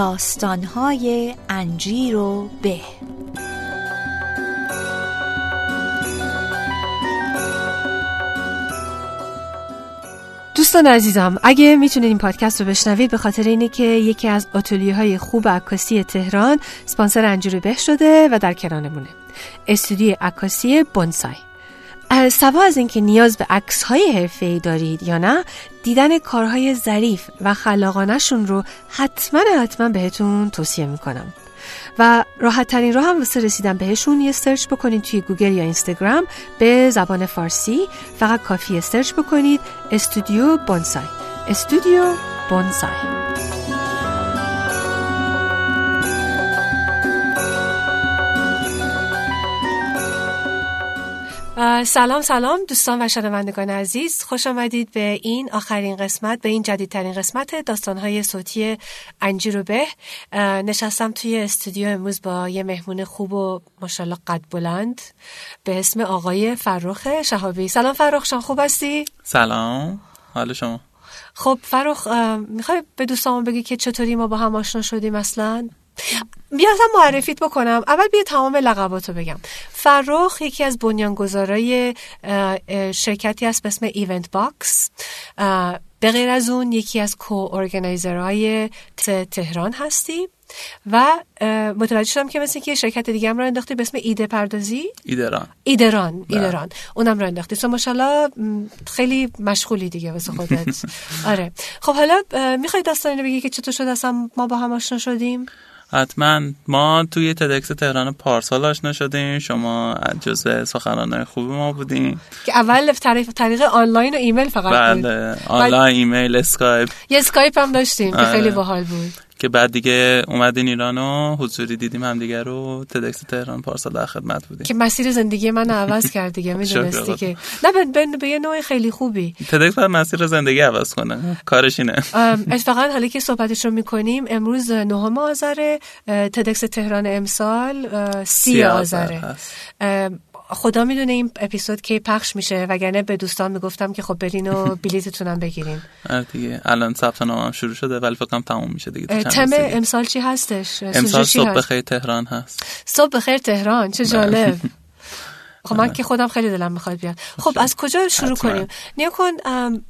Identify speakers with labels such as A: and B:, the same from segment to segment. A: داستانهای انجیر و به
B: دوستان عزیزم اگه میتونید این پادکست رو بشنوید به خاطر اینه که یکی از آتلیه های خوب عکاسی تهران سپانسر انجیر به شده و در کرانمونه استودیو عکاسی بونسای سوا از اینکه نیاز به عکس های حرفه دارید یا نه دیدن کارهای ظریف و خلاقانه شون رو حتما حتما بهتون توصیه میکنم و راحت ترین راه هم واسه رسیدن بهشون یه سرچ بکنید توی گوگل یا اینستاگرام به زبان فارسی فقط کافیه سرچ بکنید استودیو بونسای استودیو بونسای سلام سلام دوستان و شنوندگان عزیز خوش آمدید به این آخرین قسمت به این جدیدترین قسمت داستانهای صوتی انجیر و به نشستم توی استودیو امروز با یه مهمون خوب و ماشاءالله قد بلند به اسم آقای فرخ شهابی سلام فرخ شما خوب هستی
C: سلام حال شما
B: خب فرخ میخوای به دوستان بگی که چطوری ما با هم آشنا شدیم اصلا بیا معرفیت بکنم اول بیا تمام لقباتو بگم فرخ یکی از بنیانگذارای شرکتی است به اسم ایونت باکس به غیر از اون یکی از کو های تهران هستی و متوجه شدم که مثل که شرکت دیگه هم را انداختی به اسم ایده پردازی
C: ایدران
B: ایدران ایدران اونم را انداختی تو ماشاءالله خیلی مشغولی دیگه واسه خودت آره خب حالا میخوای داستانی رو بگی که چطور شد اصلا ما با هم آشنا شدیم
C: حتما ما توی تدکس تهران پارسال آشنا شدیم شما جزء سخنرانای خوب ما بودیم
B: که اول طریق طریق آنلاین و ایمیل فقط
C: بله آنلاین ایمیل اسکایپ
B: یه اسکایپ هم داشتیم که خیلی باحال بود
C: که بعد دیگه اومدین ایران و حضوری دیدیم همدیگه رو تدکس تهران پارسال در خدمت بودیم
B: که مسیر زندگی من عوض کرد دیگه میدونستی که نه به یه نوع خیلی خوبی
C: تدکس باید مسیر زندگی عوض کنه کارش اینه
B: اتفاقا حالا که صحبتش رو میکنیم امروز نهم آذر تدکس تهران امسال سی آذره خدا میدونه این اپیزود کی پخش میشه وگرنه به دوستان میگفتم که خب برین و بلیتتونم بگیرین
C: آره دیگه الان ثبت نام شروع شده ولی فکر کنم تموم میشه دیگه
B: تم امسال چی هستش
C: امسال صبح بله. بخیر تهران هست
B: صبح بخیر تهران چه جالب خب
C: آره.
B: من که خودم خیلی دلم میخواد بیاد خب از کجا شروع کنیم نیا کن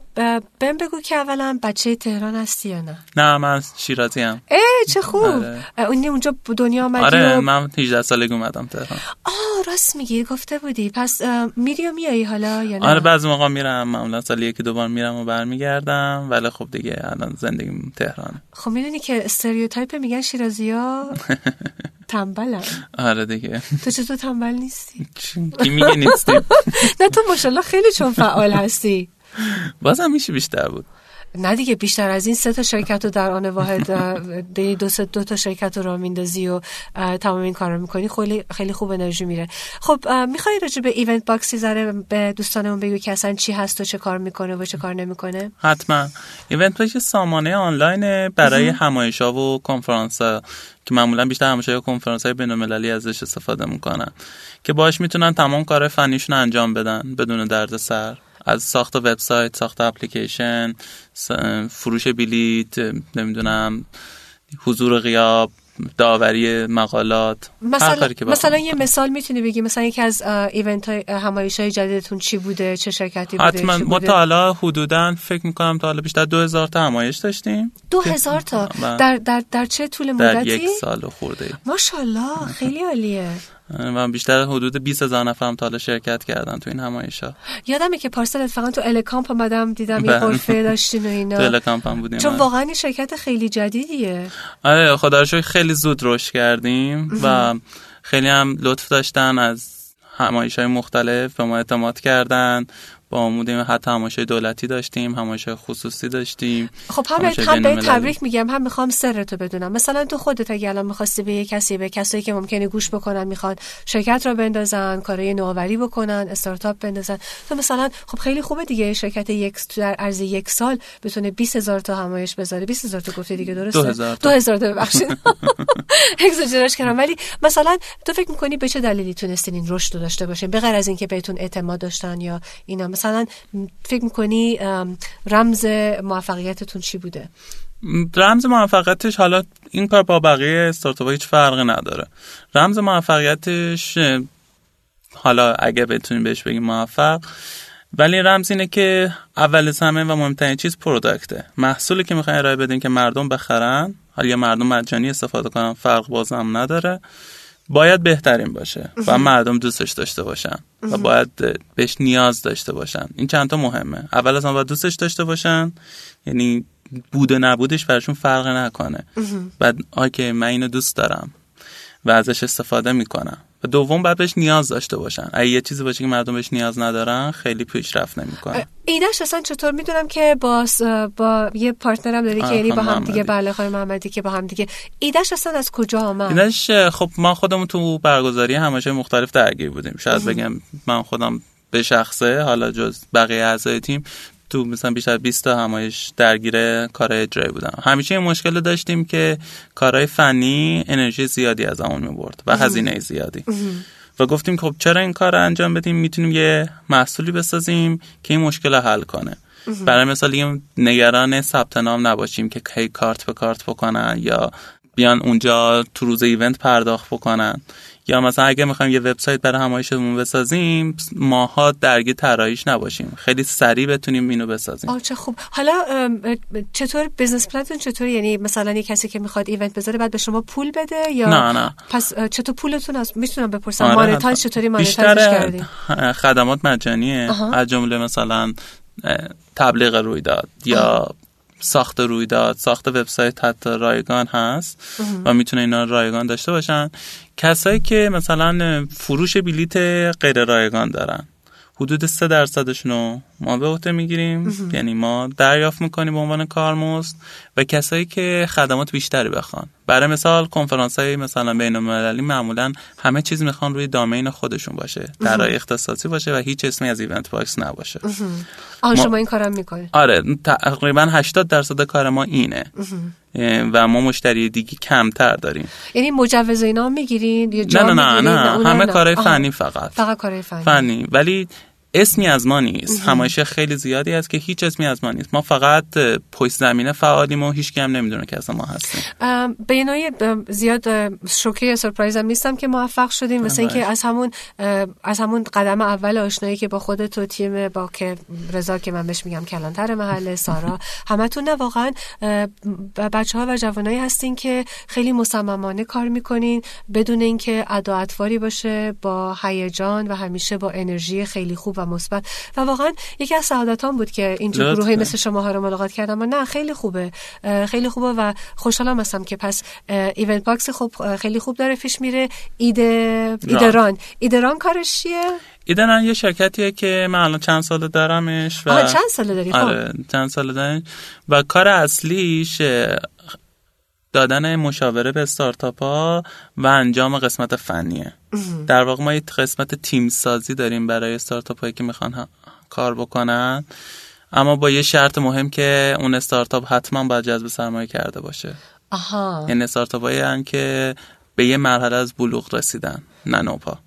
B: بهم بگو که اولا بچه تهران هستی یا نه
C: نه من از شیرازی هم
B: ای چه خوب آره. اون اونجا دنیا آمدی
C: آره و... من 18 سالگی اومدم تهران
B: آه راست میگی گفته بودی پس میری و میایی حالا یا نه
C: آره بعضی موقع میرم معمولا سال یکی دو بار میرم و برمیگردم ولی خب دیگه الان زندگیم تهران
B: خب میدونی که استریوتایپ میگن شیرازی ها تنبلم
C: آره دیگه
B: تو چطور تنبل نیستی
C: کی میگه نیستی
B: نه تو ماشاءالله خیلی چون فعال هستی
C: بازم میشه بیشتر بود
B: نه دیگه بیشتر از این سه تا شرکت رو در آن واحد دو, سه دو تا شرکت رو را میندازی و تمام این کار رو میکنی خیلی, خیلی خوب انرژی میره خب میخوای راجع به ایونت باکسی ذره به دوستانمون بگو که اصلا چی هست و چه کار میکنه و چه کار نمیکنه
C: حتما ایونت باکس سامانه آنلاین برای همایش ها و کنفرانس ها که معمولا بیشتر همشه کنفرانس های بین المللی ازش استفاده میکنن که باش میتونن تمام کار فنیشون انجام بدن بدون دردسر از ساخت وبسایت ساخت اپلیکیشن فروش بلیت نمیدونم حضور و غیاب داوری مقالات
B: مثلا, که مثلا یه مثال میتونی بگی مثلا یکی از ایونت های همایش های جدیدتون چی بوده چه شرکتی بوده
C: حتما ما تا حالا حدودا فکر میکنم تا حالا بیشتر 2000 تا همایش داشتیم
B: 2000 تا در, در, در چه طول مدتی
C: در یک سال خورده
B: ماشاءالله خیلی عالیه
C: و بیشتر حدود 20 هزار نفر هم تا حالا شرکت کردن تو این همایشا
B: یادمه که پارسال اتفاقا تو الکامپ آمدم دیدم یه غرفه داشتین و اینا
C: تو الکامپ هم بودیم
B: چون واقعا این شرکت خیلی جدیدیه
C: آره خدا رو خیلی زود رشد کردیم و خیلی هم لطف داشتن از همایش های مختلف به ما اعتماد کردن با بودیم حتی همایشای دولتی داشتیم همایشای خصوصی داشتیم
B: خب هم هم به تبریک میگم هم میخوام سرتو بدونم مثلا تو خودت اگه الان میخواستی به یه کسی به کسایی که ممکنه گوش بکنن میخوان شرکت را بندازن کارهای نوآوری بکنن استارتاپ بندازن تو مثلا خب خیلی خوبه دیگه شرکت یک در عرض یک سال بتونه 20 هزار تا همایش بذاره 20 هزار تا گفتی دیگه درسته
C: 2000 تا 2000
B: تا ببخشید اگزاجرش کردم ولی مثلا تو فکر میکنی به چه دلیلی تونستین این رشد رو داشته باشین به غیر از اینکه بهتون اعتماد داشتن یا اینا مثلا فکر میکنی رمز موفقیتتون چی بوده
C: رمز موفقیتش حالا این کار با بقیه استارتاپ هیچ فرقی نداره رمز موفقیتش حالا اگه بتونیم بهش بگیم موفق ولی رمز اینه که اول همه و مهمترین چیز پروداکته محصولی که میخواین ارائه بدین که مردم بخرن حالا یا مردم مجانی استفاده کنن فرق بازم نداره باید بهترین باشه و مردم دوستش داشته باشن و باید بهش نیاز داشته باشن این چندتا مهمه اول از همه باید دوستش داشته باشن یعنی بود و نبودش براشون فرق نکنه بعد آکه من اینو دوست دارم و ازش استفاده میکنم و دوم باید بهش نیاز داشته باشن اگه یه چیزی باشه که مردم بهش نیاز ندارن خیلی پیشرفت نمیکنه
B: اینش اصلا چطور میدونم که با با یه پارتنرم داری که یعنی با هم دیگه بله خانم محمدی که با هم دیگه ایدش اصلا از کجا آمد
C: ایدش خب ما خودمون تو برگزاری همشه مختلف درگیر بودیم شاید بگم من خودم به شخصه حالا جز بقیه اعضای تیم تو مثلا بیشتر 20 تا همایش درگیر کارهای اجرایی بودم همیشه این مشکل رو داشتیم که کارهای فنی انرژی زیادی از اون میبرد و هزینه زیادی و گفتیم خب چرا این کار رو انجام بدیم میتونیم یه محصولی بسازیم که این مشکل رو حل کنه برای مثال دیگه نگران ثبت نام نباشیم که کی کارت به کارت بکنن یا بیان اونجا تو روز ایونت پرداخت بکنن یا مثلا اگه میخوایم یه وبسایت برای همایشمون بسازیم ماها درگیر طراحیش نباشیم خیلی سریع بتونیم اینو بسازیم
B: آه چه خوب حالا چطور بزنس پلنتون چطور یعنی مثلا یه کسی که میخواد ایونت بذاره بعد به شما پول بده یا
C: نه نه
B: پس چطور پولتون از میتونم بپرسم آره مانتایز چطوری مانتایزش کردی
C: خدمات مجانیه آها. از جمله مثلا تبلیغ رویداد یا ساخت رویداد ساخت وبسایت حتی رایگان هست و میتونه اینا رایگان داشته باشن کسایی که مثلا فروش بلیت غیر رایگان دارن حدود 3 درصدشون رو ما به عهده میگیریم یعنی ما دریافت میکنیم به عنوان کارمزد و کسایی که خدمات بیشتری بخوان برای مثال کنفرانس های مثلا بین المللی معمولا همه چیز میخوان روی دامین خودشون باشه در اختصاصی باشه و هیچ اسمی از ایونت باکس نباشه
B: آن شما این کارم میکنه
C: آره تقریبا 80 درصد کار ما اینه و ما مشتری دیگه کمتر داریم
B: یعنی مجوز اینا میگیرین یا
C: جا نه نه نه, نه. همه کارهای فنی فقط
B: فقط کارهای فنی
C: فنی ولی اسمی از ما نیست همایش خیلی زیادی هست که هیچ اسمی از ما نیست ما فقط پشت زمینه فعالیم و هیچ هم نمیدونه که از ما هستیم
B: بینای زیاد شوکه سرپرایز هم نیستم که موفق شدیم مثل اینکه از همون از همون قدم اول آشنایی که با خودت و تیم با که رضا که من بهش میگم کلانتر محله سارا همتون نه واقعا بچه ها و جوانایی هستین که خیلی مصممانه کار میکنین بدون اینکه ادا باشه با هیجان و همیشه با انرژی خیلی خوب و مثبت و واقعا یکی از سعادتام بود که اینجور گروهی مثل شما ها رو ملاقات کردم و نه خیلی خوبه خیلی خوبه و خوشحالم هستم که پس ایونت باکس خوب خیلی خوب داره پیش میره ایده ایدران ایدران کارش چیه
C: ایدران یه شرکتیه که من الان چند ساله دارمش و
B: آه چند ساله داری خب.
C: آره چند ساله دارم و کار اصلیش دادن مشاوره به استارتاپ ها و انجام قسمت فنیه در واقع ما یه قسمت تیم سازی داریم برای استارتاپ هایی که میخوان ها... کار بکنن اما با یه شرط مهم که اون استارتاپ حتما باید جذب سرمایه کرده باشه
B: آها
C: یعنی استارتاپ هایی هم که به یه مرحله از بلوغ رسیدن نه نوپا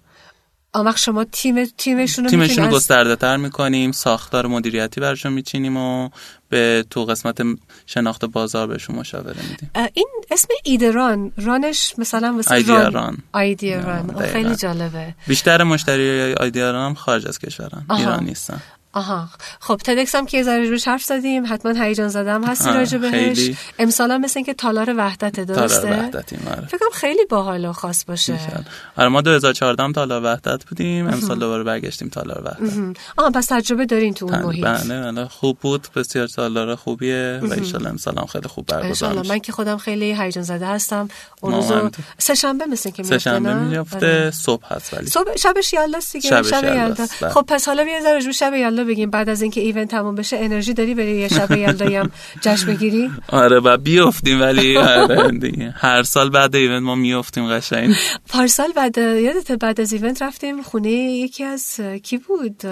B: آمخ شما تیم تیمشون رو
C: تیمشون گسترده تر میکنیم ساختار مدیریتی برشون میچینیم و به تو قسمت شناخت بازار بهشون مشاوره میدیم
B: این اسم ایدران رانش مثلا مثل
C: ایدیا ران
B: ایدیا ران خیلی جالبه
C: بیشتر مشتری ایدیا ران خارج از کشورن ایران نیستن
B: آها خب تدکس هم که ذره روش حرف زدیم حتما هیجان زدم هستی راجع بهش امسال هم مثل اینکه تالار وحدت درسته
C: تالار وحدتی آره.
B: فکرم خیلی باحال و خاص باشه
C: میشن. آره ما 2014 هم تالار وحدت بودیم امسال دوباره برگشتیم تالار وحدت
B: آها پس تجربه دارین تو اون محیط
C: بله بله خوب بود بسیار تالار خوبیه و ان امسال هم خیلی خوب برگزار میشه
B: من که خودم خیلی هیجان زده هستم اون روز سه شنبه مثل که آره.
C: سه شنبه میفته صبح هست ولی
B: صبح شبش یالا دیگه شب یالا
C: بله.
B: خب پس حالا یه ذره شب یالا بگیم بعد از اینکه ایونت تموم بشه انرژی داری بری یه شب یلدایی هم جشن بگیری
C: آره و بیافتیم ولی آره دیگه. هر سال بعد ایونت ما میافتیم قشنگ
B: پارسال بعد یادت بعد از ایونت رفتیم خونه یکی از کی بود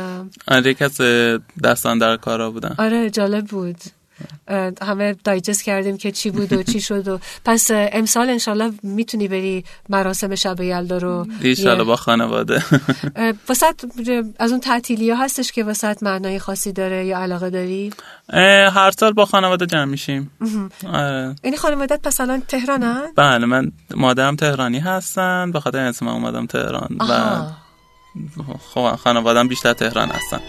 C: آره یکی از دستان در کارا بودن
B: آره جالب بود همه دایجست کردیم که چی بود و چی شد و پس امسال انشالله میتونی بری مراسم شب یلدا رو
C: ایشالا با خانواده
B: واسط از اون تعطیلی ها هستش که واسط معنای خاصی داره یا علاقه داری
C: هر سال با خانواده جمع میشیم آره.
B: این یعنی خانوادت پس الان تهرانن
C: بله من مادرم تهرانی هستن به خاطر اینکه من اومدم تهران و خب خانوادم بیشتر تهران هستن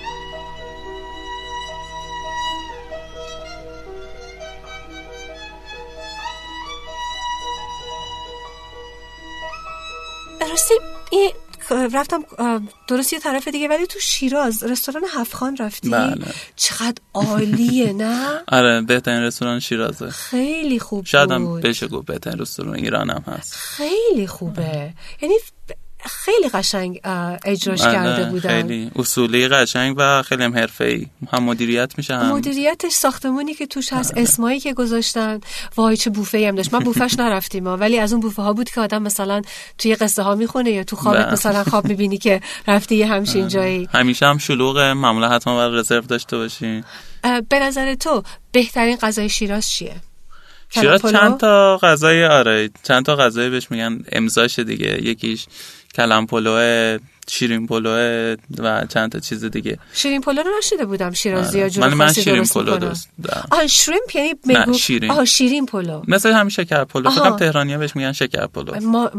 B: راستی این رفتم درست یه طرف دیگه ولی تو شیراز رستوران هفخان رفتی
C: بله.
B: چقدر عالیه نه
C: آره بهترین رستوران شیرازه
B: خیلی خوب
C: شاید هم
B: بود.
C: بشه گفت بهترین رستوران ایران هم هست
B: خیلی خوبه یعنی خیلی قشنگ اه، اجراش
C: بله،
B: کرده بودن
C: خیلی اصولی قشنگ و خیلی هم حرفه‌ای هم مدیریت میشه هم بله.
B: مدیریتش ساختمونی که توش هست اسمایی که گذاشتن وای چه بوفه هم داشت من بوفش نرفتیم ها، ولی از اون بوفه ها بود که آدم مثلا توی قصه ها میخونه یا تو خوابت
C: بله. آره.
B: مثلا خواب میبینی که رفتی یه همچین جایی
C: همیشه هم شلوغه معمولا حتما باید رزرو داشته باشین
B: اه، به نظر تو بهترین غذای شیراز چیه کلم
C: شیراز
B: پلو؟
C: چند تا غذای آره چند تا غذای بهش میگن امضاش دیگه یکیش کلم پلوه شیرین پلوه و چند تا چیز دیگه
B: شیرین پلو رو نشیده بودم شیرازی ها
C: آره.
B: جور
C: من من
B: خاصی
C: شیرین
B: درست
C: پلو
B: می‌کنن.
C: دوست دارم.
B: آه شریمپ یعنی
C: نه،
B: میگو
C: شیرین.
B: آه شیرین پلو
C: مثل همین شکر پلو
B: آها.
C: فکرم تهرانی بهش میگن شکر پلو
B: ما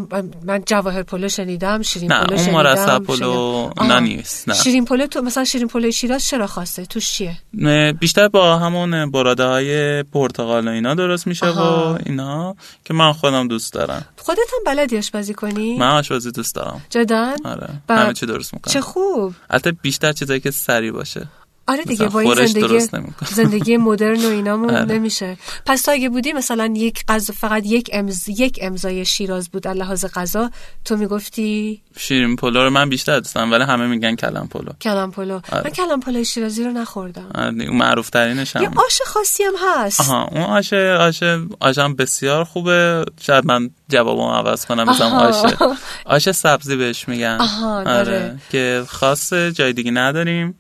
B: من جواهر پلو شنیدم شیرین
C: نه،
B: پلو
C: اون
B: شنیدم
C: مربع پلو
B: شنیدم. آه.
C: نه نیست، نه.
B: شیرین پلو تو مثلا شیرین پلو شیراز چرا خاصه توش چیه
C: بیشتر با همون براده های پرتغال و اینا درست میشه
B: آها.
C: و اینا که من خودم دوست دارم
B: خودت هم بلدی آشپزی کنی
C: من آشپزی دوست دارم
B: جدا
C: آره
B: بله.
C: همه چی درست
B: چه
C: میکنم
B: خوب
C: البته بیشتر چیزایی که سری باشه
B: آره دیگه
C: مثلا
B: با این
C: خورش
B: زندگی
C: درست نمی‌کنم.
B: زندگی مدرن و اینامون
C: آره.
B: نمیشه پس تو اگه بودی مثلا یک غذا فقط یک امز یک امضای شیراز بود از لحاظ غذا تو میگفتی
C: شیرین پلو رو من بیشتر دوست دارم ولی همه میگن کلم پلو
B: کلم پلو
C: آره.
B: من کلم پلو شیرازی رو نخوردم
C: معروف ترینش
B: یه
C: هم
B: آش خاصی هم هست
C: آره. آها اون آشه آشه آشم بسیار خوبه شاید من جوابم عوض کنم بزنم
B: آها.
C: آشه آشه سبزی بهش میگن آره،
B: آها، داره.
C: که خاص جای دیگه نداریم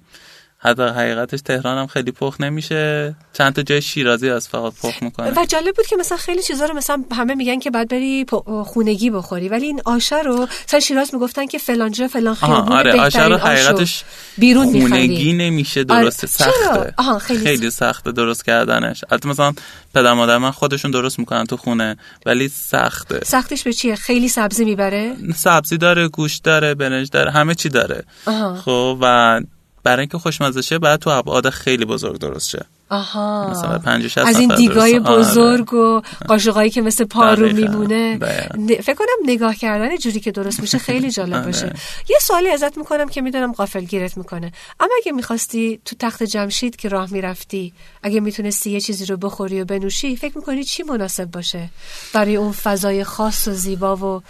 C: حتی حقیقتش تهران هم خیلی پخ نمیشه چند تا جای شیرازی از فقط پخ میکنه
B: و جالب بود که مثلا خیلی چیزا رو مثلا همه میگن که باید بری پ- خونگی بخوری ولی این آشه رو مثلا شیراز میگفتن که فلان جا فلان
C: آها
B: خیابون
C: آره
B: بهترین
C: آشه رو
B: آش رو
C: حقیقتش
B: بیرون
C: خونگی
B: می‌خری.
C: نمیشه
B: آره،
C: درست
B: چرا؟
C: سخته
B: آها، خیلی
C: سخته درست کردنش البته مثلا پدر مادر من خودشون درست میکنن تو خونه ولی سخته
B: سختش به چیه خیلی سبزی میبره
C: سبزی داره گوش داره برنج داره همه چی داره
B: آها.
C: خب و برای اینکه خوشمزه شه باید تو ابعاد خیلی بزرگ درست شه
B: آها
C: مثلا 50 60
B: از این
C: نفر درست
B: دیگای
C: کن. آره.
B: بزرگ و قاشقایی که مثل پارو
C: دقیقاً.
B: میمونه
C: دقیقاً.
B: ن- فکر کنم نگاه کردن جوری که درست میشه خیلی جالب
C: آره.
B: باشه یه سوالی ازت میکنم که میدونم قافل گیرت میکنه اما اگه میخواستی تو تخت جمشید که راه میرفتی اگه میتونستی یه چیزی رو بخوری و بنوشی فکر میکنی چی مناسب باشه برای اون فضای خاص و زیبا و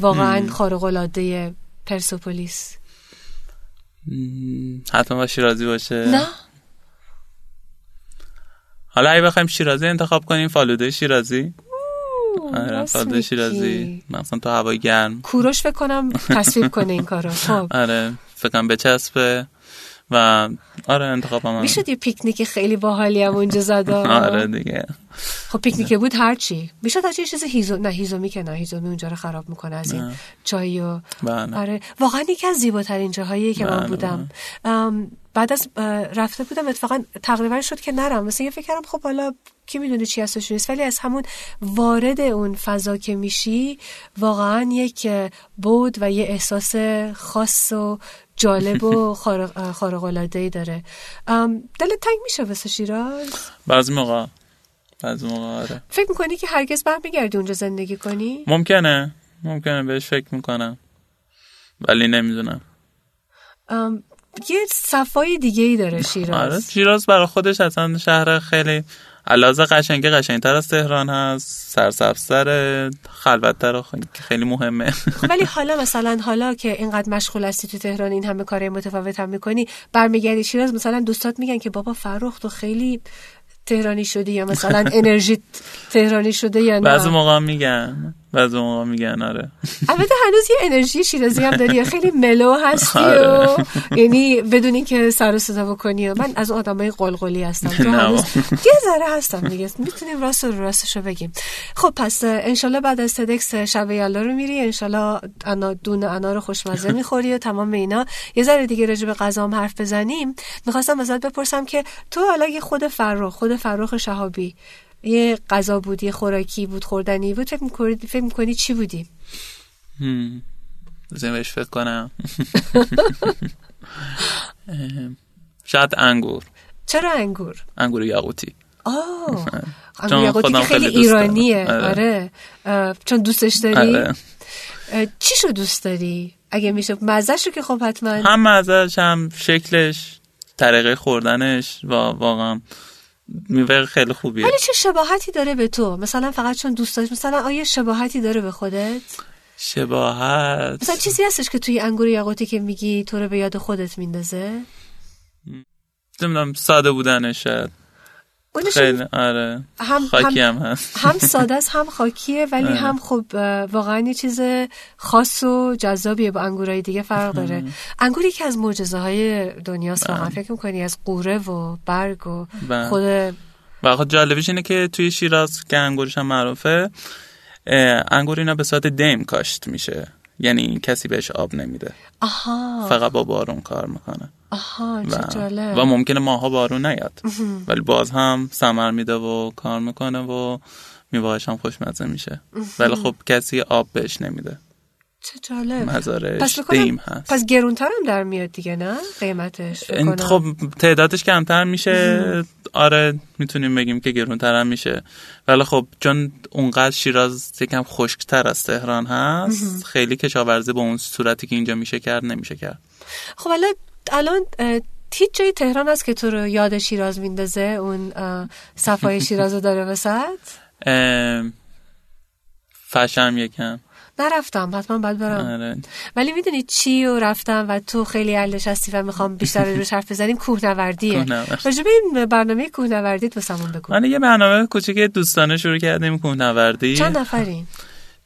B: واقعا خارق العاده پرسپولیس
C: م، حتما با شیرازی باشه
B: نه
C: حالا اگه بخوایم شیرازی انتخاب کنیم فالوده شیرازی آره
B: راست
C: فالوده
B: میگی.
C: شیرازی مثلا تو هوای گرم
B: کوروش فکر کنم تصویب کنه این کارو خب
C: آره فکر کنم بچسبه و آره انتخاب من
B: میشد یه پیکنیک خیلی باحالی هم اونجا زدا
C: آره دیگه
B: خب پیکنیک بود هرچی میشد هرچی یه چیز هیزو نه هیزومی که نه هیزومی اونجا رو خراب میکنه از این چای و
C: بله.
B: آره واقعا یکی از زیباترین جاهایی که من
C: بله،
B: بودم ام، بعد از اه، رفته بودم اتفاقا تقریبا شد که نرم مثلا یه فکر کردم خب حالا کی میدونه چی هستش نیست ولی از همون وارد اون فضا که میشی واقعا یک بود و یه احساس خاص و جالب و خارق العاده داره ام، دلت تنگ میشه واسه شیراز
C: بعضی موقع بعضی موقع آره
B: فکر میکنی که هرگز برمیگردی اونجا زندگی کنی؟
C: ممکنه ممکنه بهش فکر میکنم ولی نمیدونم
B: ام، یه صفای دیگه ای داره
C: آره
B: شیراز
C: شیراز برای خودش اصلا شهر خیلی علاوه قشنگه قشنگتر از تهران هست سرسبزتر خلوتتر و خ- خیلی مهمه
B: خب، ولی حالا مثلا حالا که اینقدر مشغول هستی تو تهران این همه کار متفاوت هم میکنی برمیگردی شیراز مثلا دوستات میگن که بابا فرخ تو خیلی تهرانی شدی یا مثلا انرژیت تهرانی شده یا
C: بعضی
B: نه
C: موقع میگن بعضی موقع میگن آره
B: البته هنوز یه انرژی شیرازی هم داری خیلی ملو هستی و
C: آره.
B: یعنی بدون اینکه سر و صدا بکنی و من از اون آدمای قلقلی هستم تو
C: نه.
B: هنوز یه ذره هستم دیگه میتونیم راست رو راستش رو بگیم خب پس اه، انشالله بعد از تدکس شب یلا رو میری انشالله انا دون انا رو خوشمزه میخوری و تمام اینا یه ذره دیگه راجع به غذا هم حرف بزنیم میخواستم ازت بپرسم که تو حالا یه خود فرخ خود فرخ شهابی یه غذا بود یه خوراکی بود خوردنی بود فکر می‌کنی فکر می‌کنی چی بودی
C: هم. بذاریم بهش فکر کنم ام، شاید انگور
B: چرا انگور
C: انگور یاقوتی
B: آه
C: چون
B: انگور یاقوتی که
C: خودم
B: خیلی
C: خیلی دوست دارم.
B: ایرانیه
C: آره.
B: آره اه، چون دوستش داری
C: آره.
B: اه، چیشو دوست داری اگه میشه مزهشو که خب حتما
C: هم ازش هم شکلش طریقه خوردنش و واقعا میوه خیلی خوبیه
B: ولی یعنی چه شباهتی داره به تو مثلا فقط چون دوست داشت مثلا آیا شباهتی داره به خودت مثلا
C: شباهت
B: چیزی هستش که توی انگور یاقوتی که میگی تو رو به یاد خودت میندازه
C: نمیدونم ساده بودنش شاید
B: اونش
C: خیلی آره
B: هم
C: خاکی
B: هم
C: هم هست
B: هم ساده است هم خاکیه ولی
C: آره.
B: هم خب اه، واقعا یه چیز خاص و جذابیه با انگورای دیگه فرق داره انگور یکی از معجزه های دنیاست واقعا فکر میکنی از قوره و برگ و
C: بله.
B: خود
C: و خود جالبیش اینه که توی شیراز که انگورش هم معروفه اه، انگور اینا به صورت دیم کاشت میشه یعنی کسی بهش آب نمیده
B: آها
C: فقط با بارون کار میکنه
B: آها
C: و,
B: چه جالب
C: بله. و ممکنه ماها بارون نیاد ولی باز هم سمر میده و کار میکنه و میوهش هم خوشمزه میشه ولی خب کسی آب بهش نمیده
B: چه جالب پس
C: مزارش
B: بکنم-
C: دیم هست
B: پس گرونتر هم در میاد دیگه نه قیمتش
C: این-
B: بکنم.
C: خب تعدادش کمتر میشه آره میتونیم بگیم که گرونتر هم میشه ولی خب چون اونقدر شیراز یکم خشکتر از تهران هست خیلی کشاورزی به اون صورتی که اینجا میشه کرد نمیشه کرد
B: خب الان الان اه، هیچ جای تهران هست که تو رو یاد شیراز میندازه اون اه، صفای شیراز رو داره وسط
C: ام، فشم یکم
B: نرفتم حتما باید برم
C: آره.
B: ولی میدونی چی و رفتم و تو خیلی علش هستی و میخوام بیشتر روش حرف بزنیم کوهنوردیه
C: کوهنورد.
B: راجب این برنامه کوهنوردیت واسمون بگو
C: من یه برنامه کوچیک دوستانه شروع کردیم کوهنوردی
B: چند نفرین؟
C: آره.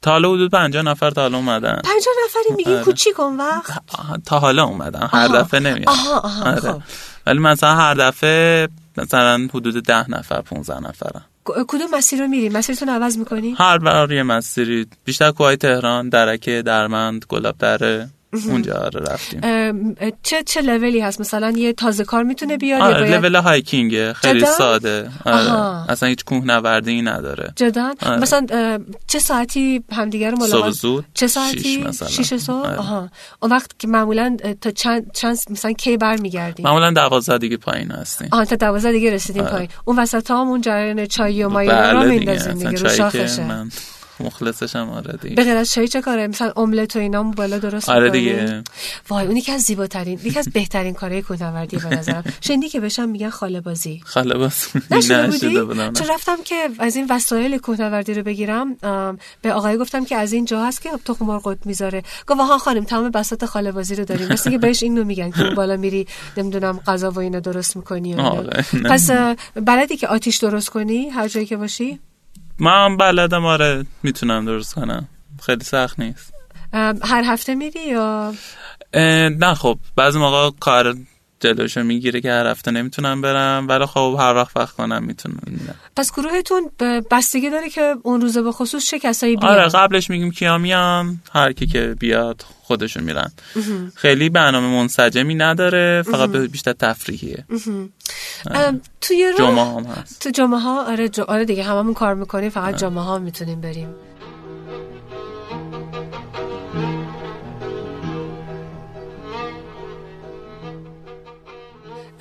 C: تا حالا حدود 50 نفر تا حالا اومدن
B: پنجاه نفرین میگین
C: آره. آره.
B: کوچیک اون وقت
C: آها، تا حالا اومدن هر
B: آها.
C: دفعه نمیاد
B: آها، آها، خب.
C: ولی مثلا هر دفعه مثلا حدود ده نفر 15 نفرن
B: ک- کدوم مسیر رو میری؟ مسیرتون رو عوض میکنی؟
C: هر بار یه مسیری بیشتر کوهای تهران درکه درمند گلاب دره اونجا آره رفتیم
B: چه چه لولی هست مثلا یه تازه کار میتونه بیاد یا
C: آره
B: باید-
C: لول هایکینگه خیلی
B: جدا؟
C: ساده
B: آها.
C: آره. اصلا هیچ کوه نوردی نداره
B: جدا
C: آره.
B: مثلا اه، چه ساعتی همدیگه رو
C: صبح
B: ملاقات
C: زود
B: چه ساعتی؟
C: شیش مثلا
B: شیش صبح؟
C: آره.
B: آها. اون وقت که معمولا اه، تا چند, چند مثلا کی برمیگردی؟
C: معمولا دوازده دیگه پایین هستیم
B: آن تا دوازده دیگه رسیدیم
C: آره.
B: پایین اون وسط هم اون جریان چایی و مایه را
C: بله دیگه
B: میندازیم دیگه
C: اصلا
B: رو
C: چایی که
B: شاخشه
C: من مخلصشم آره دیگه
B: به غیر از چایی چه کاره مثلا املت و اینا هم بالا درست
C: آره
B: می‌کنی؟
C: دیگه.
B: وای اون یکی از زیباترین یکی از بهترین کارهای کوهنوردی به نظرم شنیدی که بهشم میگن خاله بازی
C: خاله باز
B: نشده
C: نشده
B: بودی؟
C: بودم نه.
B: چون رفتم که از این وسایل کوهنوردی رو بگیرم آم، به آقای گفتم که از این جا هست که تخم مرغ قد میذاره گفت آها خانم تمام بساط خاله بازی رو داریم مثل که بهش اینو میگن که اون بالا میری نمیدونم غذا و اینا درست میکنی
C: آره.
B: پس آه، بلدی که آتیش درست کنی هر جایی که باشی
C: من بلدم آره میتونم درست کنم خیلی سخت نیست
B: آم، هر هفته میری یا
C: اه، نه خب بعضی موقع کار جلوشو میگیره که هر هفته نمیتونم برم ولی خب هر وقت وقت کنم میتونم
B: پس گروهتون به بستگی داره که اون روزه به خصوص چه کسایی بیان
C: آره قبلش میگیم کیا میان هر کی که بیاد خودشون میرن خیلی برنامه منسجمی نداره فقط بیشتر تفریحیه
B: آم، توی راه
C: جمعه هم هست
B: تو جمعه ها آره, ج... آره دیگه هممون کار میکنیم فقط جمعه ها میتونیم بریم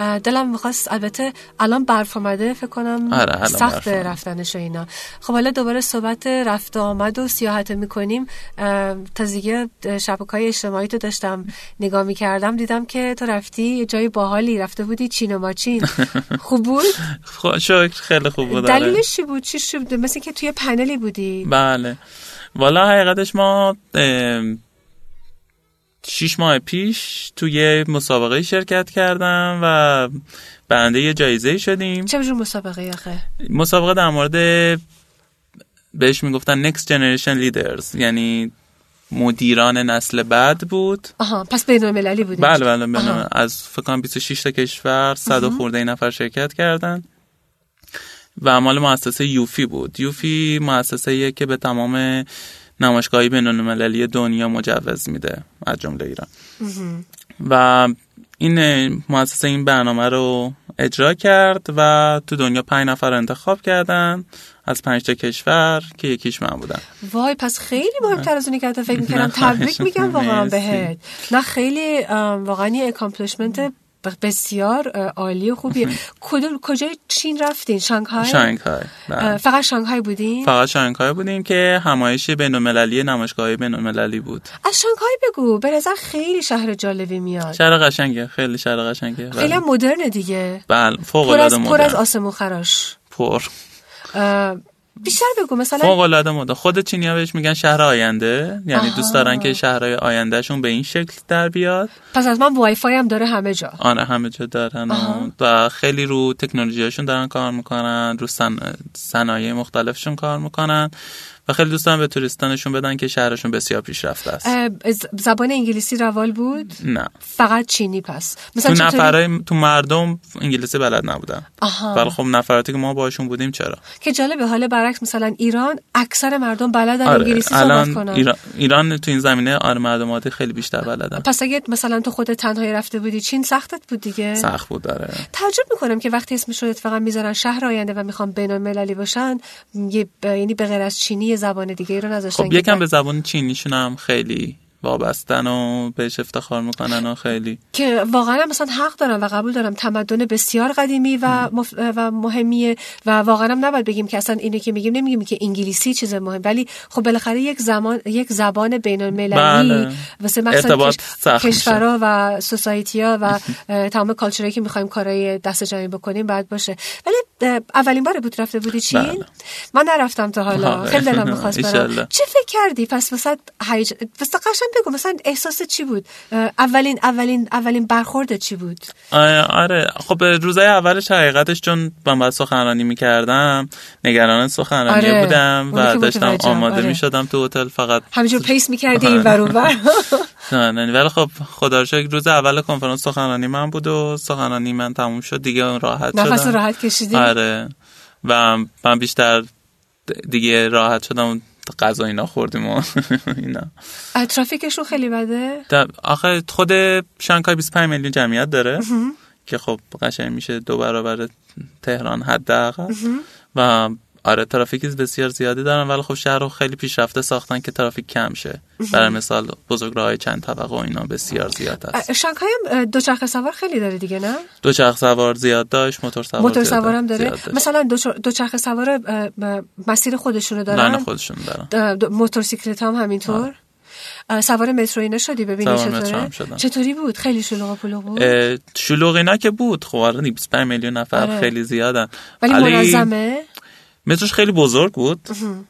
B: اه، دلم میخواست البته الان برف اومده فکر کنم
C: آره، الان برف
B: سخت
C: اومده.
B: رفتنش و اینا خب حالا دوباره صحبت رفت و آمد و سیاحت میکنیم تازگی شبکه های اجتماعی تو داشتم نگاه میکردم دیدم که تو رفتی یه جای باحالی رفته بودی چین و ماچین خوب بود
C: خب، شکر خیلی خوب بود آره.
B: دلیلش چی بود چی شد مثل اینکه توی پنلی بودی
C: بله والا حقیقتش ما ام، شیش ماه پیش توی یه مسابقه شرکت کردم و برنده یه جایزه شدیم
B: چه جور مسابقه آخه
C: مسابقه در مورد بهش میگفتن Next Generation Leaders یعنی مدیران نسل بعد بود
B: آها پس بین المللی بودیم
C: بله بله بله.
B: آها.
C: از فکر کنم 26 تا کشور 100 و خورده این نفر شرکت کردن و مال مؤسسه یوفی بود یوفی مؤسسه که به تمام نمایشگاهی بین المللی دنیا مجوز میده از جمله ایران و این مؤسسه این برنامه رو اجرا کرد و تو دنیا پنج نفر رو انتخاب کردن از پنج تا کشور که یکیش من بودم
B: وای پس خیلی مهمتر از اونی که حتی فکر میکردم
C: نه، خواهش
B: تبریک میگم واقعا
C: مرسی.
B: بهت نه خیلی ام، واقعا یه اکامپلیشمنت بسیار اه، عالی و خوبیه کدوم کجای چین رفتین شانگهای
C: شانگهای بله.
B: اه، فقط شانگهای بودین
C: فقط شانگهای بودیم که همایش بین المللی نمایشگاه بین المللی بود
B: از شانگهای بگو به نظر خیلی شهر جالبی میاد
C: شهر قشنگه خیلی شهر قشنگه
B: خیلی
C: بله
B: هم مدرن دیگه
C: بله فوق
B: پر
C: العاده
B: از پر از
C: مدرن
B: آسمون خراش
C: پر
B: اه، بیشتر بگو
C: فوق
B: مثلا
C: العاده مدرن خود چینی‌ها بهش میگن شهر آینده یعنی
B: آها.
C: دوست دارن که شهرهای آیندهشون به این شکل در بیاد
B: پس از من وای فای هم داره همه جا
C: آره همه جا دارن و-
B: آها.
C: و خیلی رو تکنولوژیشون دارن کار میکنن رو صن- صنایع مختلفشون کار میکنن و خیلی دوست دارن به توریستانشون بدن که شهرشون بسیار پیشرفته است
B: اه، ز- زبان انگلیسی روال بود
C: نه
B: فقط چینی پس
C: تو
B: مثلا چطوری-
C: نفرای تو مردم انگلیسی بلد نبودن
B: آها.
C: ولی خب نفراتی که ما باشون بودیم چرا
B: که جالبه حالا برعکس مثلا ایران اکثر مردم بلدن انگلیسی صحبت
C: آره، الان
B: کنن
C: ایران, ایران تو این زمینه آره مردمات خیلی بیشتر بلدن
B: پس اگه مثلا تو خودت تنهایی رفته بودی چین سختت بود دیگه
C: سخت بود آره. خب داره
B: تعجب میکنم که وقتی اسمش رو اتفاقا میذارن شهر آینده و میخوام بین المللی باشن یه ب- یعنی به غیر از چینی یه زبان دیگه ای رو نذاشتن
C: خب
B: که
C: یکم
B: بر-
C: به زبان چینیشون هم خیلی وابستن و بهش افتخار میکنن و خیلی
B: که واقعا مثلا حق دارم و قبول دارم تمدن بسیار قدیمی و, مف... و مهمیه و واقعا هم نباید بگیم که اصلا اینو که میگیم نمیگیم که انگلیسی چیز مهم ولی خب بالاخره یک زمان یک زبان بین المللی
C: بله.
B: واسه مثلا
C: ارتباط
B: کش...
C: سخت میشه.
B: کشورها و سوسایتیا و اه، تمام کالچرهایی که میخوایم کارهای دست جمعی بکنیم باید باشه ولی اه، اولین بار بود رفته بودی چین
C: بله.
B: من نرفتم تا حالا
C: آره.
B: خیلی دلم میخواست برم
C: ایشالله.
B: چه فکر کردی پس وسط هیج... وسط قشن بگو مثلا احساس چی بود اه، اولین اولین اولین برخورد چی بود
C: آه، آره خب روزای اولش حقیقتش چون من باید سخنرانی میکردم نگران سخنرانی
B: آره.
C: بودم
B: اونو
C: و
B: که
C: داشتم
B: متوجهم.
C: آماده
B: آره.
C: میشدم تو هتل فقط
B: همینجور پیس میکردی این
C: آره.
B: ور اون ور.
C: نه نه، ولی خب خدا رو شکر روز اول کنفرانس سخنرانی من بود و سخنرانی من تموم شد دیگه اون راحت شدم
B: نفس رو راحت کشیدی
C: آره و من بیشتر دیگه راحت شدم و غذا اینا خوردیم و اینا
B: اه، ترافیکشون خیلی بده
C: در- آخه خود شانگهای 25 میلیون جمعیت داره که خب قشنگ میشه دو برابر تهران حداقل و آره ترافیک بسیار زیادی دارن ولی خب شهر رو خیلی پیشرفته ساختن که ترافیک کم شه برای مثال بزرگراهای چند طبقه و اینا بسیار زیاد هست
B: اه، شانگهای هم اه، دوچرخه سوار خیلی داره دیگه نه
C: دو چرخ سوار زیاد داشت موتور سوار
B: موتور
C: زیاد
B: سوارم داره
C: زیاد داشت.
B: مثلا دوچر- دوچرخه سوار اه، م- مسیر خودشونو
C: لان
B: دارن
C: خودشون دارن
B: اه، دو- موتورسیکلت هم همینطور اه، سوار مترو اینا شدی ببینی
C: سوار مترو
B: چطوره
C: هم شدم.
B: چطوری بود خیلی شلوغ و پلوغ بود
C: اه، شلوغ اینا که بود خب الان 25 میلیون نفر
B: آره.
C: خیلی زیادن
B: ولی منظمه
C: متروش خیلی بزرگ بود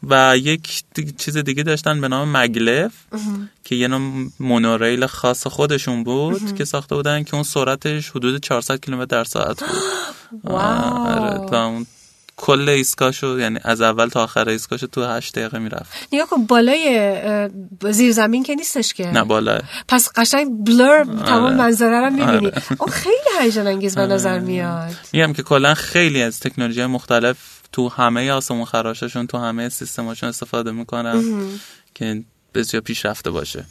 C: و یک دی- چیز دیگه داشتن به نام مگلف که یه نوع مونوریل خاص خودشون بود که ساخته بودن که اون سرعتش حدود 400 کیلومتر در ساعت بود
B: واو.
C: آره، و اون کل ایستگاهشو یعنی از اول تا آخر ایستگاهشو تو 8 دقیقه میرفت
B: نگاه کن بالای اه، زیر زمین که نیستش که
C: نه بالا
B: پس قشنگ بلر تمام
C: آره.
B: منظره رو میبینی
C: آره.
B: اون خیلی هیجان انگیز به نظر میاد
C: میگم که کلا خیلی از تکنولوژی مختلف تو همه آسمون خراششون تو همه سیستماشون استفاده میکنن که بسیار پیشرفته باشه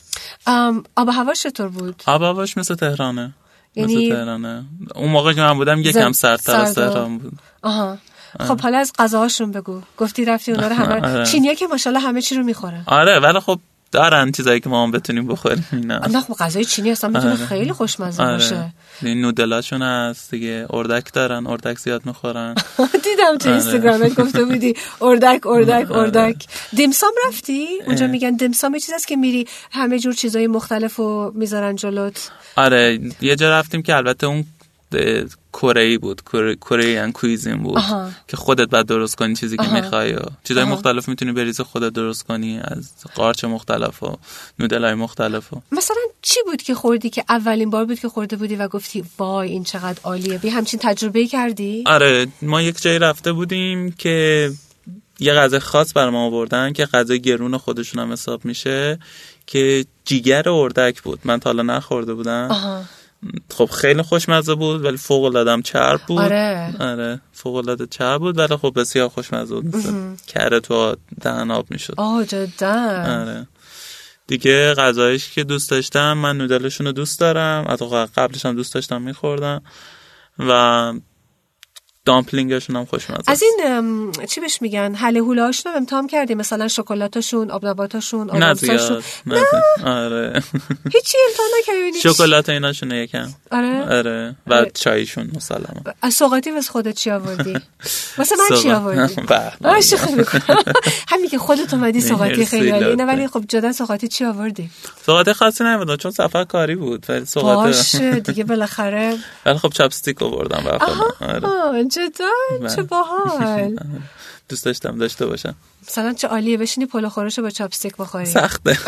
B: ام، آب و هواش چطور بود
C: آب آباش مثل تهرانه
B: یعنی-
C: مثل تهرانه اون موقع که من بودم یکم
B: زم-
C: سردتر از
B: سردا.
C: تهران بود
B: آها خب حالا از غذاهاشون بگو گفتی رفتی اونا رو همه
C: آره.
B: چینیا که ماشاءالله همه چی رو میخورن
C: آره ولی خب دارن چیزایی که ما هم بتونیم بخوریم اینا
B: نه خب غذای چینی اصلا میتونه
C: آره.
B: خیلی خوشمزه
C: آره
B: باشه
C: این نودلاشون هست دیگه اردک دارن اردک زیاد میخورن
B: دیدم تو
C: آره.
B: اینستاگرامت گفته بودی اردک اردک
C: آره.
B: اردک دیمسام رفتی اونجا
C: اه.
B: میگن دیمسام یه چیز هست که میری همه جور چیزای مختلف رو میذارن جلوت
C: آره یه جا رفتیم که البته اون کره ای بود کره ان کویزین بود
B: آها.
C: که خودت بعد درست کنی چیزی که
B: آها.
C: میخوای و چیزای
B: آها.
C: مختلف میتونی بریز خودت درست کنی از قارچ مختلف و نودل های مختلف و
B: مثلا چی بود که خوردی که اولین بار بود که خورده بودی و گفتی وای این چقدر عالیه بی همچین تجربه کردی
C: آره ما یک جایی رفته بودیم که یه غذا خاص برای ما آوردن که غذا گرون خودشون هم حساب میشه که جیگر اردک بود من تا حالا نخورده بودم
B: آها.
C: خب خیلی خوشمزه بود ولی فوق العاده هم چرب بود
B: آره.
C: آره فوق العاده چرب بود ولی خب بسیار خوشمزه بود مثل کره تو دهن آب میشد
B: آه جدا
C: آره دیگه غذایش که دوست داشتم من نودلشون رو دوست دارم حتی قبلش هم دوست داشتم میخوردم و دامپلینگشون هم خوشمزه
B: از
C: است.
B: این ام، چی بهش میگن حله هولاش رو امتحان کردی مثلا شکلاتشون آبنباتاشون
C: نه
B: آبنباتاشون
C: زیاد نه زیاد. آره
B: هیچی امتحان نکردی ببینی چی-
C: شکلات ایناشون یکم
B: آره
C: آره و
B: آره.
C: چایشون مسلما
B: از سوغاتی واسه خودت چی آوردی واسه من چی
C: سوغات.
B: آوردی
C: بله.
B: آره، شوخی می‌کنم. همین که خودت اومدی سوغاتی
C: مرسی،
B: خیلی عالیه نه
C: لطفا.
B: ولی خب جدا سوغاتی چی آوردی
C: سوغات خاصی نمیدونم چون سفر کاری بود ولی سوغات
B: باشه دیگه بالاخره
C: ولی خب چاپستیک آوردم برای خودم آره.
B: آه جدا چه
C: بله.
B: باحال
C: دوست داشتم داشته باشم
B: مثلا چه عالیه بشینی پلو خورش رو با چاپستیک بخوری
C: سخته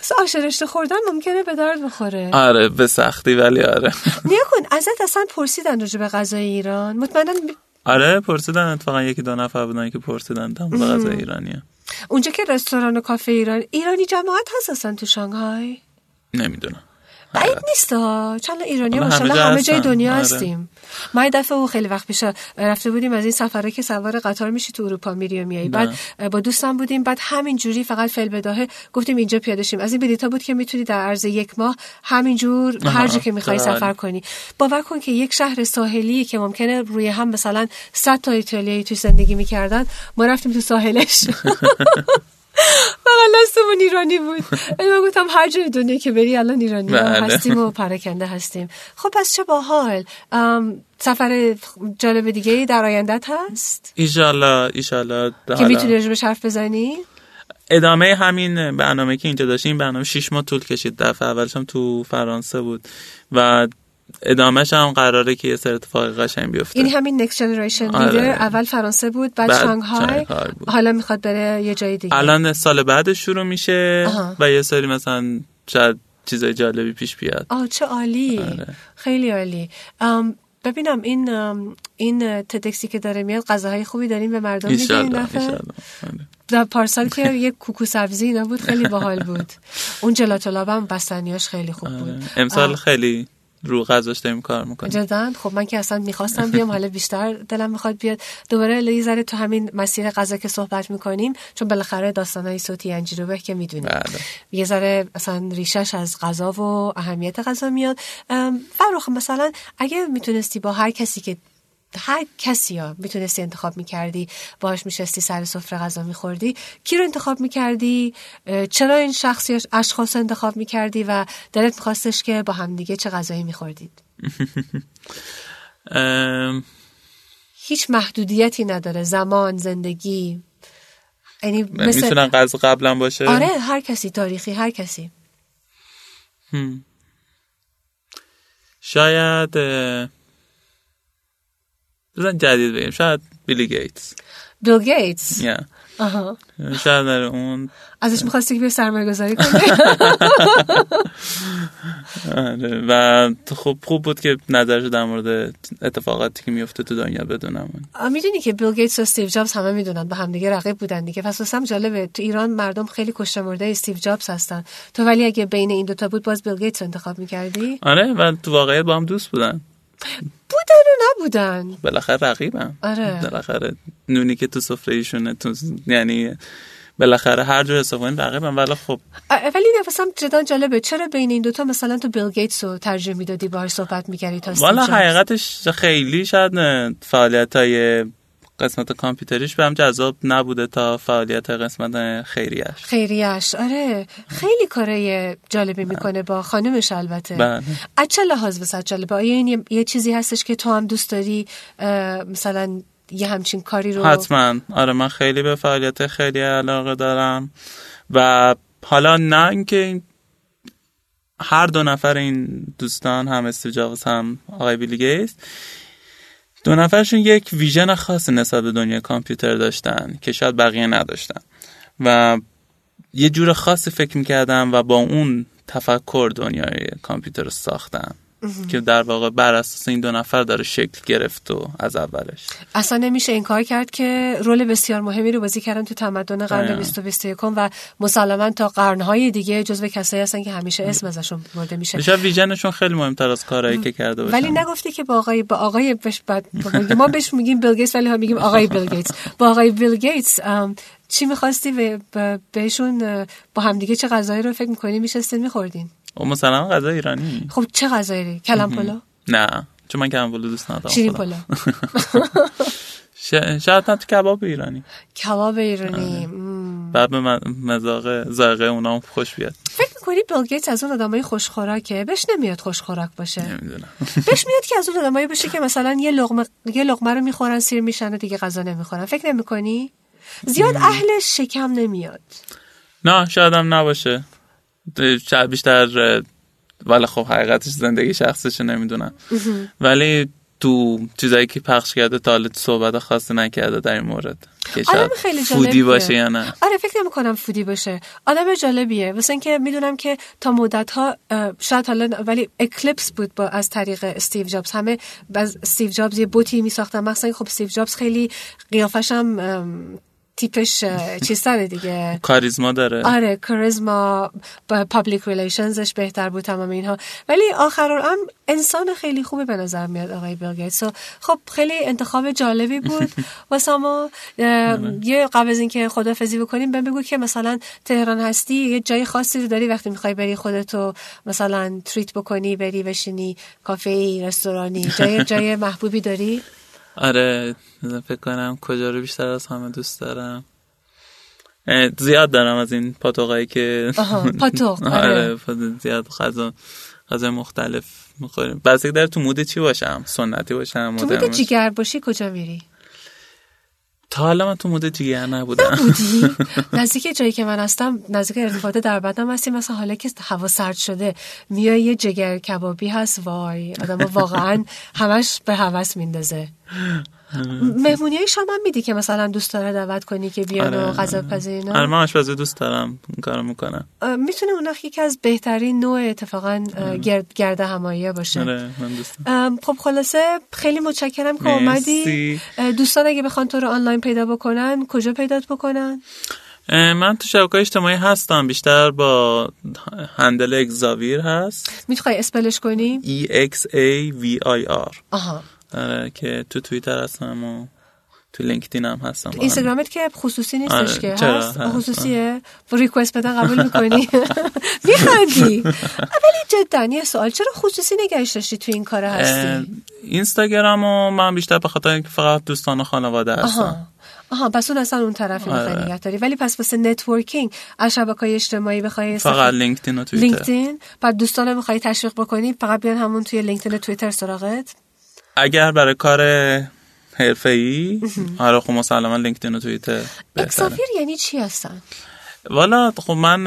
B: مثلا آشرشته خوردن ممکنه به درد بخوره
C: آره به سختی ولی آره
B: نیا کن ازت اصلا پرسیدن راجع به غذای ایران مطمئنا ب-
C: آره پرسیدن اتفاقا یکی دو نفر بودن که پرسیدن دم به غذای ایرانیه
B: اونجا که رستوران و کافه ایران ایرانی جماعت هست اصلا تو شانگهای
C: نمیدونم
B: بعید نیست ها چند ایرانی
C: آره. حالا همه
B: ماشاءالله همه
C: جا
B: جای
C: هستن.
B: دنیا
C: آره.
B: هستیم ما یه دفعه او خیلی وقت پیش رفته بودیم از این سفره که سوار قطار میشی تو اروپا میری و میای بعد با دوستم بودیم بعد همین جوری فقط فعل بداهه گفتیم اینجا پیاده شیم از این بلیطا بود که میتونی در عرض یک ماه همین جور هر جا که میخوای
C: چقدر.
B: سفر کنی باور کن که یک شهر ساحلی که ممکنه روی هم مثلا 100 تا ایتالیایی توش زندگی میکردن ما رفتیم تو ساحلش فقط لاستمون ایرانی بود ولی من گفتم هر جای دنیا که بری الان ایرانی هم
C: بله.
B: هستیم و پراکنده هستیم خب پس چه باحال ام، سفر جالب دیگه در آیندت هست
C: ایشالله ایشالله
B: که میتونی راجبش حرف بزنی
C: ادامه همین برنامه که اینجا داشتیم این برنامه 6 ماه طول کشید دفعه اولش هم تو فرانسه بود و ادامهش هم قراره که یه سر اتفاق قشنگ بیفته
B: این همین نکست جنریشن
C: آره.
B: لیدر اول فرانسه بود بعد,
C: بعد
B: شانگهای
C: شانگهای بود.
B: حالا میخواد بره یه جای دیگه
C: الان سال بعد شروع میشه
B: آها.
C: و یه سری مثلا شاید چیزای جالبی پیش بیاد
B: آه چه عالی
C: آره.
B: خیلی عالی ام، ببینم این ام، این تدکسی که داره میاد غذاهای خوبی داریم به مردم میدین این
C: ایشالله
B: دفعه
C: ایشالله آره.
B: در پارسال که یه کوکو سبزی اینا بود خیلی باحال بود اون جلاتو لابم بستنیاش خیلی خوب بود
C: آره. امسال
B: آه،
C: خیلی رو غذاش داریم کار میکنیم
B: جدا خب من که اصلا میخواستم بیام حالا بیشتر دلم میخواد بیاد دوباره حالا یه ذره تو همین مسیر غذا که صحبت میکنیم چون بالاخره داستانهای صوتی انجیروبه که میدونیم
C: بله.
B: یه ذره اصلا ریشش از غذا و اهمیت غذا میاد ام، فرخ مثلا اگه میتونستی با هر کسی که هر کسی ها میتونستی انتخاب میکردی باهاش میشستی سر سفره غذا میخوردی کی رو انتخاب میکردی چرا این شخصی اشخاص رو انتخاب میکردی و دلت میخواستش که با همدیگه چه غذایی میخوردید
C: ام،
B: هیچ محدودیتی نداره زمان زندگی یعنی مثل
C: میتونن غذا قبلا باشه
B: آره هر کسی تاریخی هر کسی
C: هم. شاید اه، بزن جدید بگیم شاید بیلی گیتس
B: بیل گیتس
C: yeah.
B: آها
C: شاید داره اون
B: ازش میخواستی که بیا سرمایه گذاری کنی
C: آره. و خب خوب بود که نظرش در مورد اتفاقاتی که میفته تو دنیا بدونم
B: آه، میدونی که بیل گیتس و استیو جابز همه میدونن با همدیگه رقیب بودن دیگه پس واسم جالبه تو ایران مردم خیلی کشته مرده استیو جابز هستن تو ولی اگه بین این دوتا بود باز بیل گیتس رو انتخاب میکردی
C: آره و تو واقعیت با هم دوست بودن
B: بودن و نبودن
C: بالاخره رقیبم
B: آره.
C: بالاخره نونی که تو سفره ایشونه تو یعنی بالاخره هر جور حساب کنی رقیبم ولی خب
B: آه، ولی نفسم جدا جالبه چرا بین این دوتا مثلا تو بیل گیتس رو ترجیح میدادی باهاش صحبت میکردی تا استیو
C: والا
B: جابز
C: حقیقتش خیلی شاید فعالیت های قسمت کامپیوتریش به هم جذاب نبوده تا فعالیت قسمت خیریش
B: خیریش آره خیلی کارای جالبی میکنه با خانمش البته
C: بله.
B: از چه لحاظ بسد جالبه آیا این یه- یه چیزی هستش که تو هم دوست داری اه، مثلا یه همچین کاری رو
C: حتما آره من خیلی به فعالیت خیلی علاقه دارم و حالا نه اینکه این- هر دو نفر این دوستان هم استیو جابز هم آقای بیل گیتس دو نفرشون یک ویژن خاص نسبت به دنیای کامپیوتر داشتن که شاید بقیه نداشتن و یه جور خاصی فکر میکردن و با اون تفکر دنیای کامپیوتر رو ساختن که در واقع بر اساس این دو نفر داره شکل گرفت و از اولش
B: اصلا نمیشه انکار کرد که رول بسیار مهمی رو بازی کردن تو تمدن قرن
C: دقیقاً.
B: 20 و 21 و مسلما تا قرنهای دیگه جزو کسایی هستن که همیشه اسم ازشون برده میشه
C: بیشتر ویژنشون خیلی مهمتر از کارهایی که کرده باشن
B: ولی نگفتی که با آقای با آقای بش بعد ما بهش میگیم بیل گیتس ولی هم میگیم آقای بیل گیتس با آقای بیل گیتس ام، چی میخواستی به به- بهشون اه، با همدیگه چه غذایی رو فکر میکنی میشستین میخوردین
C: و مثلا غذا ایرانی
B: خب چه غذایی کلم پلو
C: نه چون من کلم پلو دوست ندارم
B: شیرین
C: خودم.
B: پلو
C: ش- شاید حتی کباب ایرانی
B: کباب ایرانی مم.
C: بعد به من- مذاق ذائقه اونا هم خوش بیاد
B: فکر میکنی بیل گیتس از اون آدمای خوشخوراکه بهش نمیاد خوشخوراک باشه
C: نمیدونم
B: بهش میاد که از اون آدمایی باشه که مثلا یه لقمه یه لقمه رو میخورن سیر میشن و دیگه غذا نمیخورن فکر نمیکنی زیاد اهل شکم نمیاد
C: نه شاید هم نباشه ده- شاید بیشتر اه، ولی خب حقیقتش زندگی شخصش نمیدونم ولی تو چیزایی که پخش کرده تا حالا صحبت خاصی نکرده در این مورد که
B: آدم
C: شاید
B: خیلی جالبیه
C: فودی باشه یا نه
B: آره فکر نمی کنم فودی باشه آدم جالبیه واسه اینکه میدونم که تا مدت ها شاید حالا نه، ولی اکلیپس بود با از طریق استیو جابز همه از استیو جابز یه بوتی می ساختن مثلا خب استیو جابز خیلی قیافش هم ام، تیپش اه، چیزتره دیگه
C: کاریزما داره
B: آره کاریزما با پابلیک ریلیشنزش بهتر بود تمام اینها ولی آخر هم انسان خیلی خوبی به نظر میاد آقای بیل گیتس و خب خیلی انتخاب جالبی بود واسه ما اه، یه قبل از اینکه خدافزی بکنیم بهم بگو که مثلا تهران هستی یه جای خاصی رو داری وقتی میخوای بری خودتو مثلا تریت بکنی بری بشینی کافه ای رستورانی جای جای محبوبی داری
C: آره بذار فکر کنم کجا رو بیشتر از همه دوست دارم اه، زیاد دارم از این پاتوقایی که
B: آها، پاتوق، آره.
C: آره پات- زیاد غذا غذا مختلف میخوریم بعضی در تو مود چی باشم سنتی باشم
B: تو
C: مدرن
B: بود
C: باشم.
B: جیگر باشی کجا میری
C: تا حالا من تو مود جیگر نبودم
B: بودی نزدیک جایی که من هستم نزدیک ارتفاعات در بدنم هستی مثلا حالا که هوا سرد شده میای یه جگر کبابی هست وای آدم واقعا همش به هوس میندازه مهمونی های شام هم میدی که مثلا دوست داره دعوت کنی که بیان و
C: آره.
B: غذا پذیرین
C: آره من آشپزی دوست دارم این کارو میکنم
B: میتونه اون وقت یکی از بهترین نوع اتفاقا اه، گرد گرد همایه باشه
C: آره من دوست دارم
B: ام، خب خلاصه خیلی متشکرم که خب، اومدی
C: مرسی.
B: اه، دوستان اگه بخوان تو رو آنلاین پیدا بکنن کجا پیدات بکنن
C: اه، من تو شبکه اجتماعی هستم بیشتر با هندل اگزاویر هست
B: میخوای اسپلش کنی
C: E X A V I R
B: آها
C: آره که تو توییتر هستم و تو لینکدین هم هستم با
B: اینستاگرامت که خصوصی نیستش
C: آره،
B: که
C: چرا؟
B: هست
C: هست،
B: خصوصیه و ریکوست بدن قبول میکنی میخندی ولی جدا یه سوال چرا خصوصی نگهش داشتی تو این کار
C: هم. اه،
B: هستی
C: اینستاگرام و من بیشتر به خاطر اینکه فقط دوستان و خانواده هستم
B: آها آها پس اون اصلا اون طرفی میخوای
C: آره.
B: نگه داری ولی پس واسه نتورکینگ از شبکه اجتماعی بخوای
C: فقط لینکدین و توییتر
B: لینکدین بعد دوستان میخوای تشویق بکنی فقط بیان همون توی لینکدین و توییتر سراغت
C: اگر برای کار حرفه ای آره خب مسلما لینکدین و توییتر بهتره
B: اکسافیر یعنی چی هستن
C: والا خب من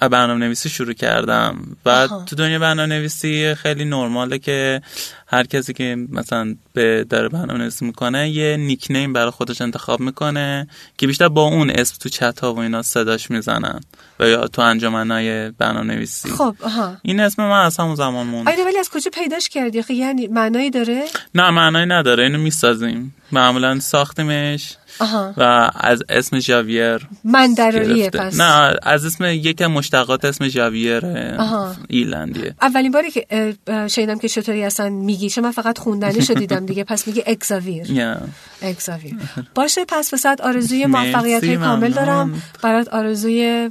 C: اه، برنامه نویسی شروع کردم و
B: آها.
C: تو دنیا برنامه نویسی خیلی نرماله که هر کسی که مثلا به داره برنامه نویسی میکنه یه نیکنیم برای خودش انتخاب میکنه که بیشتر با اون اسم تو چت ها و اینا صداش میزنن و یا تو انجمنای برنامه نویسی
B: خب آها
C: این اسم من از همون زمان موند
B: آره ولی از کجا پیداش کردی آخه یعنی معنایی داره
C: نه معنی نداره اینو میسازیم معمولا ساختیمش
B: آها
C: و از اسم ژاویر
B: من دراریه
C: گرفته.
B: پس
C: نه از اسم یکی از مشتقات اسم ژاویر
B: آها.
C: ایلندیه
B: اولین باری که اه، اه، شنیدم که چطوری اصلا میگی چون من فقط خوندنش رو دیدم دیگه پس میگه اگزاویر
C: یا.
B: اگزاویر باشه پس وسط آرزوی موفقیت های
C: مرسی،
B: کامل دارم
C: ممنون.
B: برات آرزوی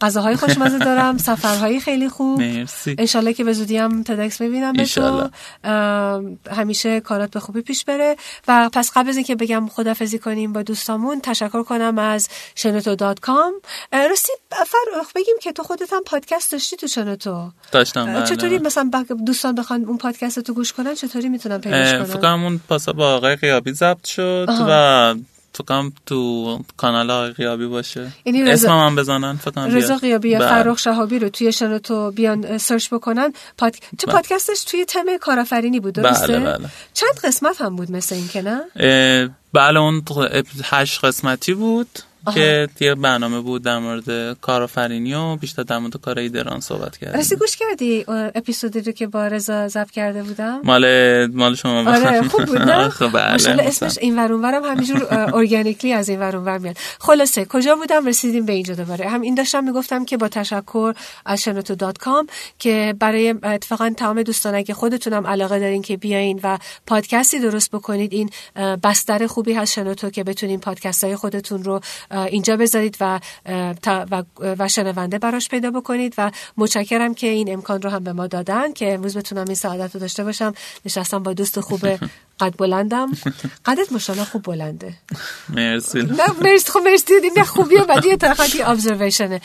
B: غذاهای خوشمزه دارم سفرهای خیلی خوب
C: مرسی
B: انشالله که به زودی هم تدکس میبینم به تو
C: انشالله.
B: ام، همیشه کارات به خوبی پیش بره و پس قبل از اینکه بگم خدافزی کنیم با دوستامون تشکر کنم از شنوتو دات کام اه، راستی فرخ بگیم که تو خودت هم پادکست داشتی تو شنوتو
C: داشتم بله.
B: چطوری مثلا بق- دوستان بخوان اون پادکست رو گوش کنن چطوری میتونن پیداش
C: اه، فکر
B: کنن
C: کنم اون پاسا با آقای قیابی ضبط شد
B: آها.
C: و فکر کنم تو کانال آقای قیابی باشه
B: یعنی رضا-
C: اسمم هم بزنن فکر کنم
B: رضا
C: بیاد.
B: قیابی یا
C: بله.
B: فرخ شهابی رو توی شنوتو بیان اه، سرچ بکنن پاد... تو
C: بله.
B: پادکستش توی تم کارآفرینی بود درسته
C: بله، بله.
B: چند قسمت هم بود مثل این که نه
C: اه، بله اون ت- هشت قسمتی بود
B: آها.
C: که یه برنامه بود در مورد کارآفرینی و بیشتر در مورد کار ایدران صحبت
B: راستی
C: کردیم
B: گوش کردی اون اپیزودی رو که با رضا ضبط کرده بودم
C: مال مال شما
B: آره خوب بود نه
C: خب بله
B: ماشاءالله اسمش این ور اونورم همینجور اه، ارگانیکلی از این ور اونور میاد خلاصه کجا بودم رسیدیم به اینجا دوباره هم این داشتم میگفتم که با تشکر از شنوتو دات کام که برای اتفاقا تمام دوستان اگه خودتونم علاقه دارین که بیاین و پادکستی درست بکنید این اه، بستر خوبی هست شنوتو که بتونین پادکست های خودتون رو اه، اینجا بذارید و اه، تا- و, و شنونده براش پیدا بکنید و متشکرم که این امکان رو هم به ما دادن که امروز بتونم این سعادت رو داشته باشم نشستم با دوست خوب قد بلندم قدت ماشاءالله خوب بلنده
C: مرسی
B: نه مرسی خب مرسی دیدی نه خوبیه و دیگه طرفتی ابزرویشنه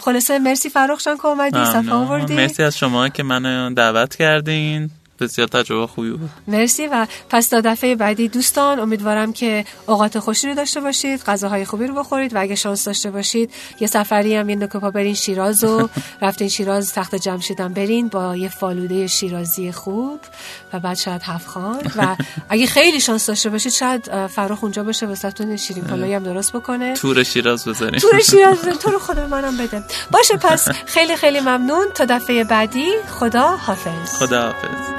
B: خلاصه مرسی فراخشان که اومدی صفحه
C: ممنون.
B: آوردی
C: مرسی از شما که منو دعوت کردین بسیار تجربه خوبی بود
B: مرسی و پس تا دفعه بعدی دوستان امیدوارم که اوقات خوشی رو داشته باشید غذاهای خوبی رو بخورید و اگه شانس داشته باشید یه سفری هم یه نوک پا برین شیراز و رفتین شیراز تخت جمشید هم برین با یه فالوده شیرازی خوب و بعد شاید هفت خان و اگه خیلی شانس داشته باشید شاید اه، فرخ اونجا باشه واسهتون شیرین پلوی هم درست بکنه
C: تور شیراز بذاریم
B: تور شیراز بده، تو رو خدا منم بده باشه پس خیلی خیلی ممنون تا دفعه بعدی خدا حافظ
C: خدا حافظ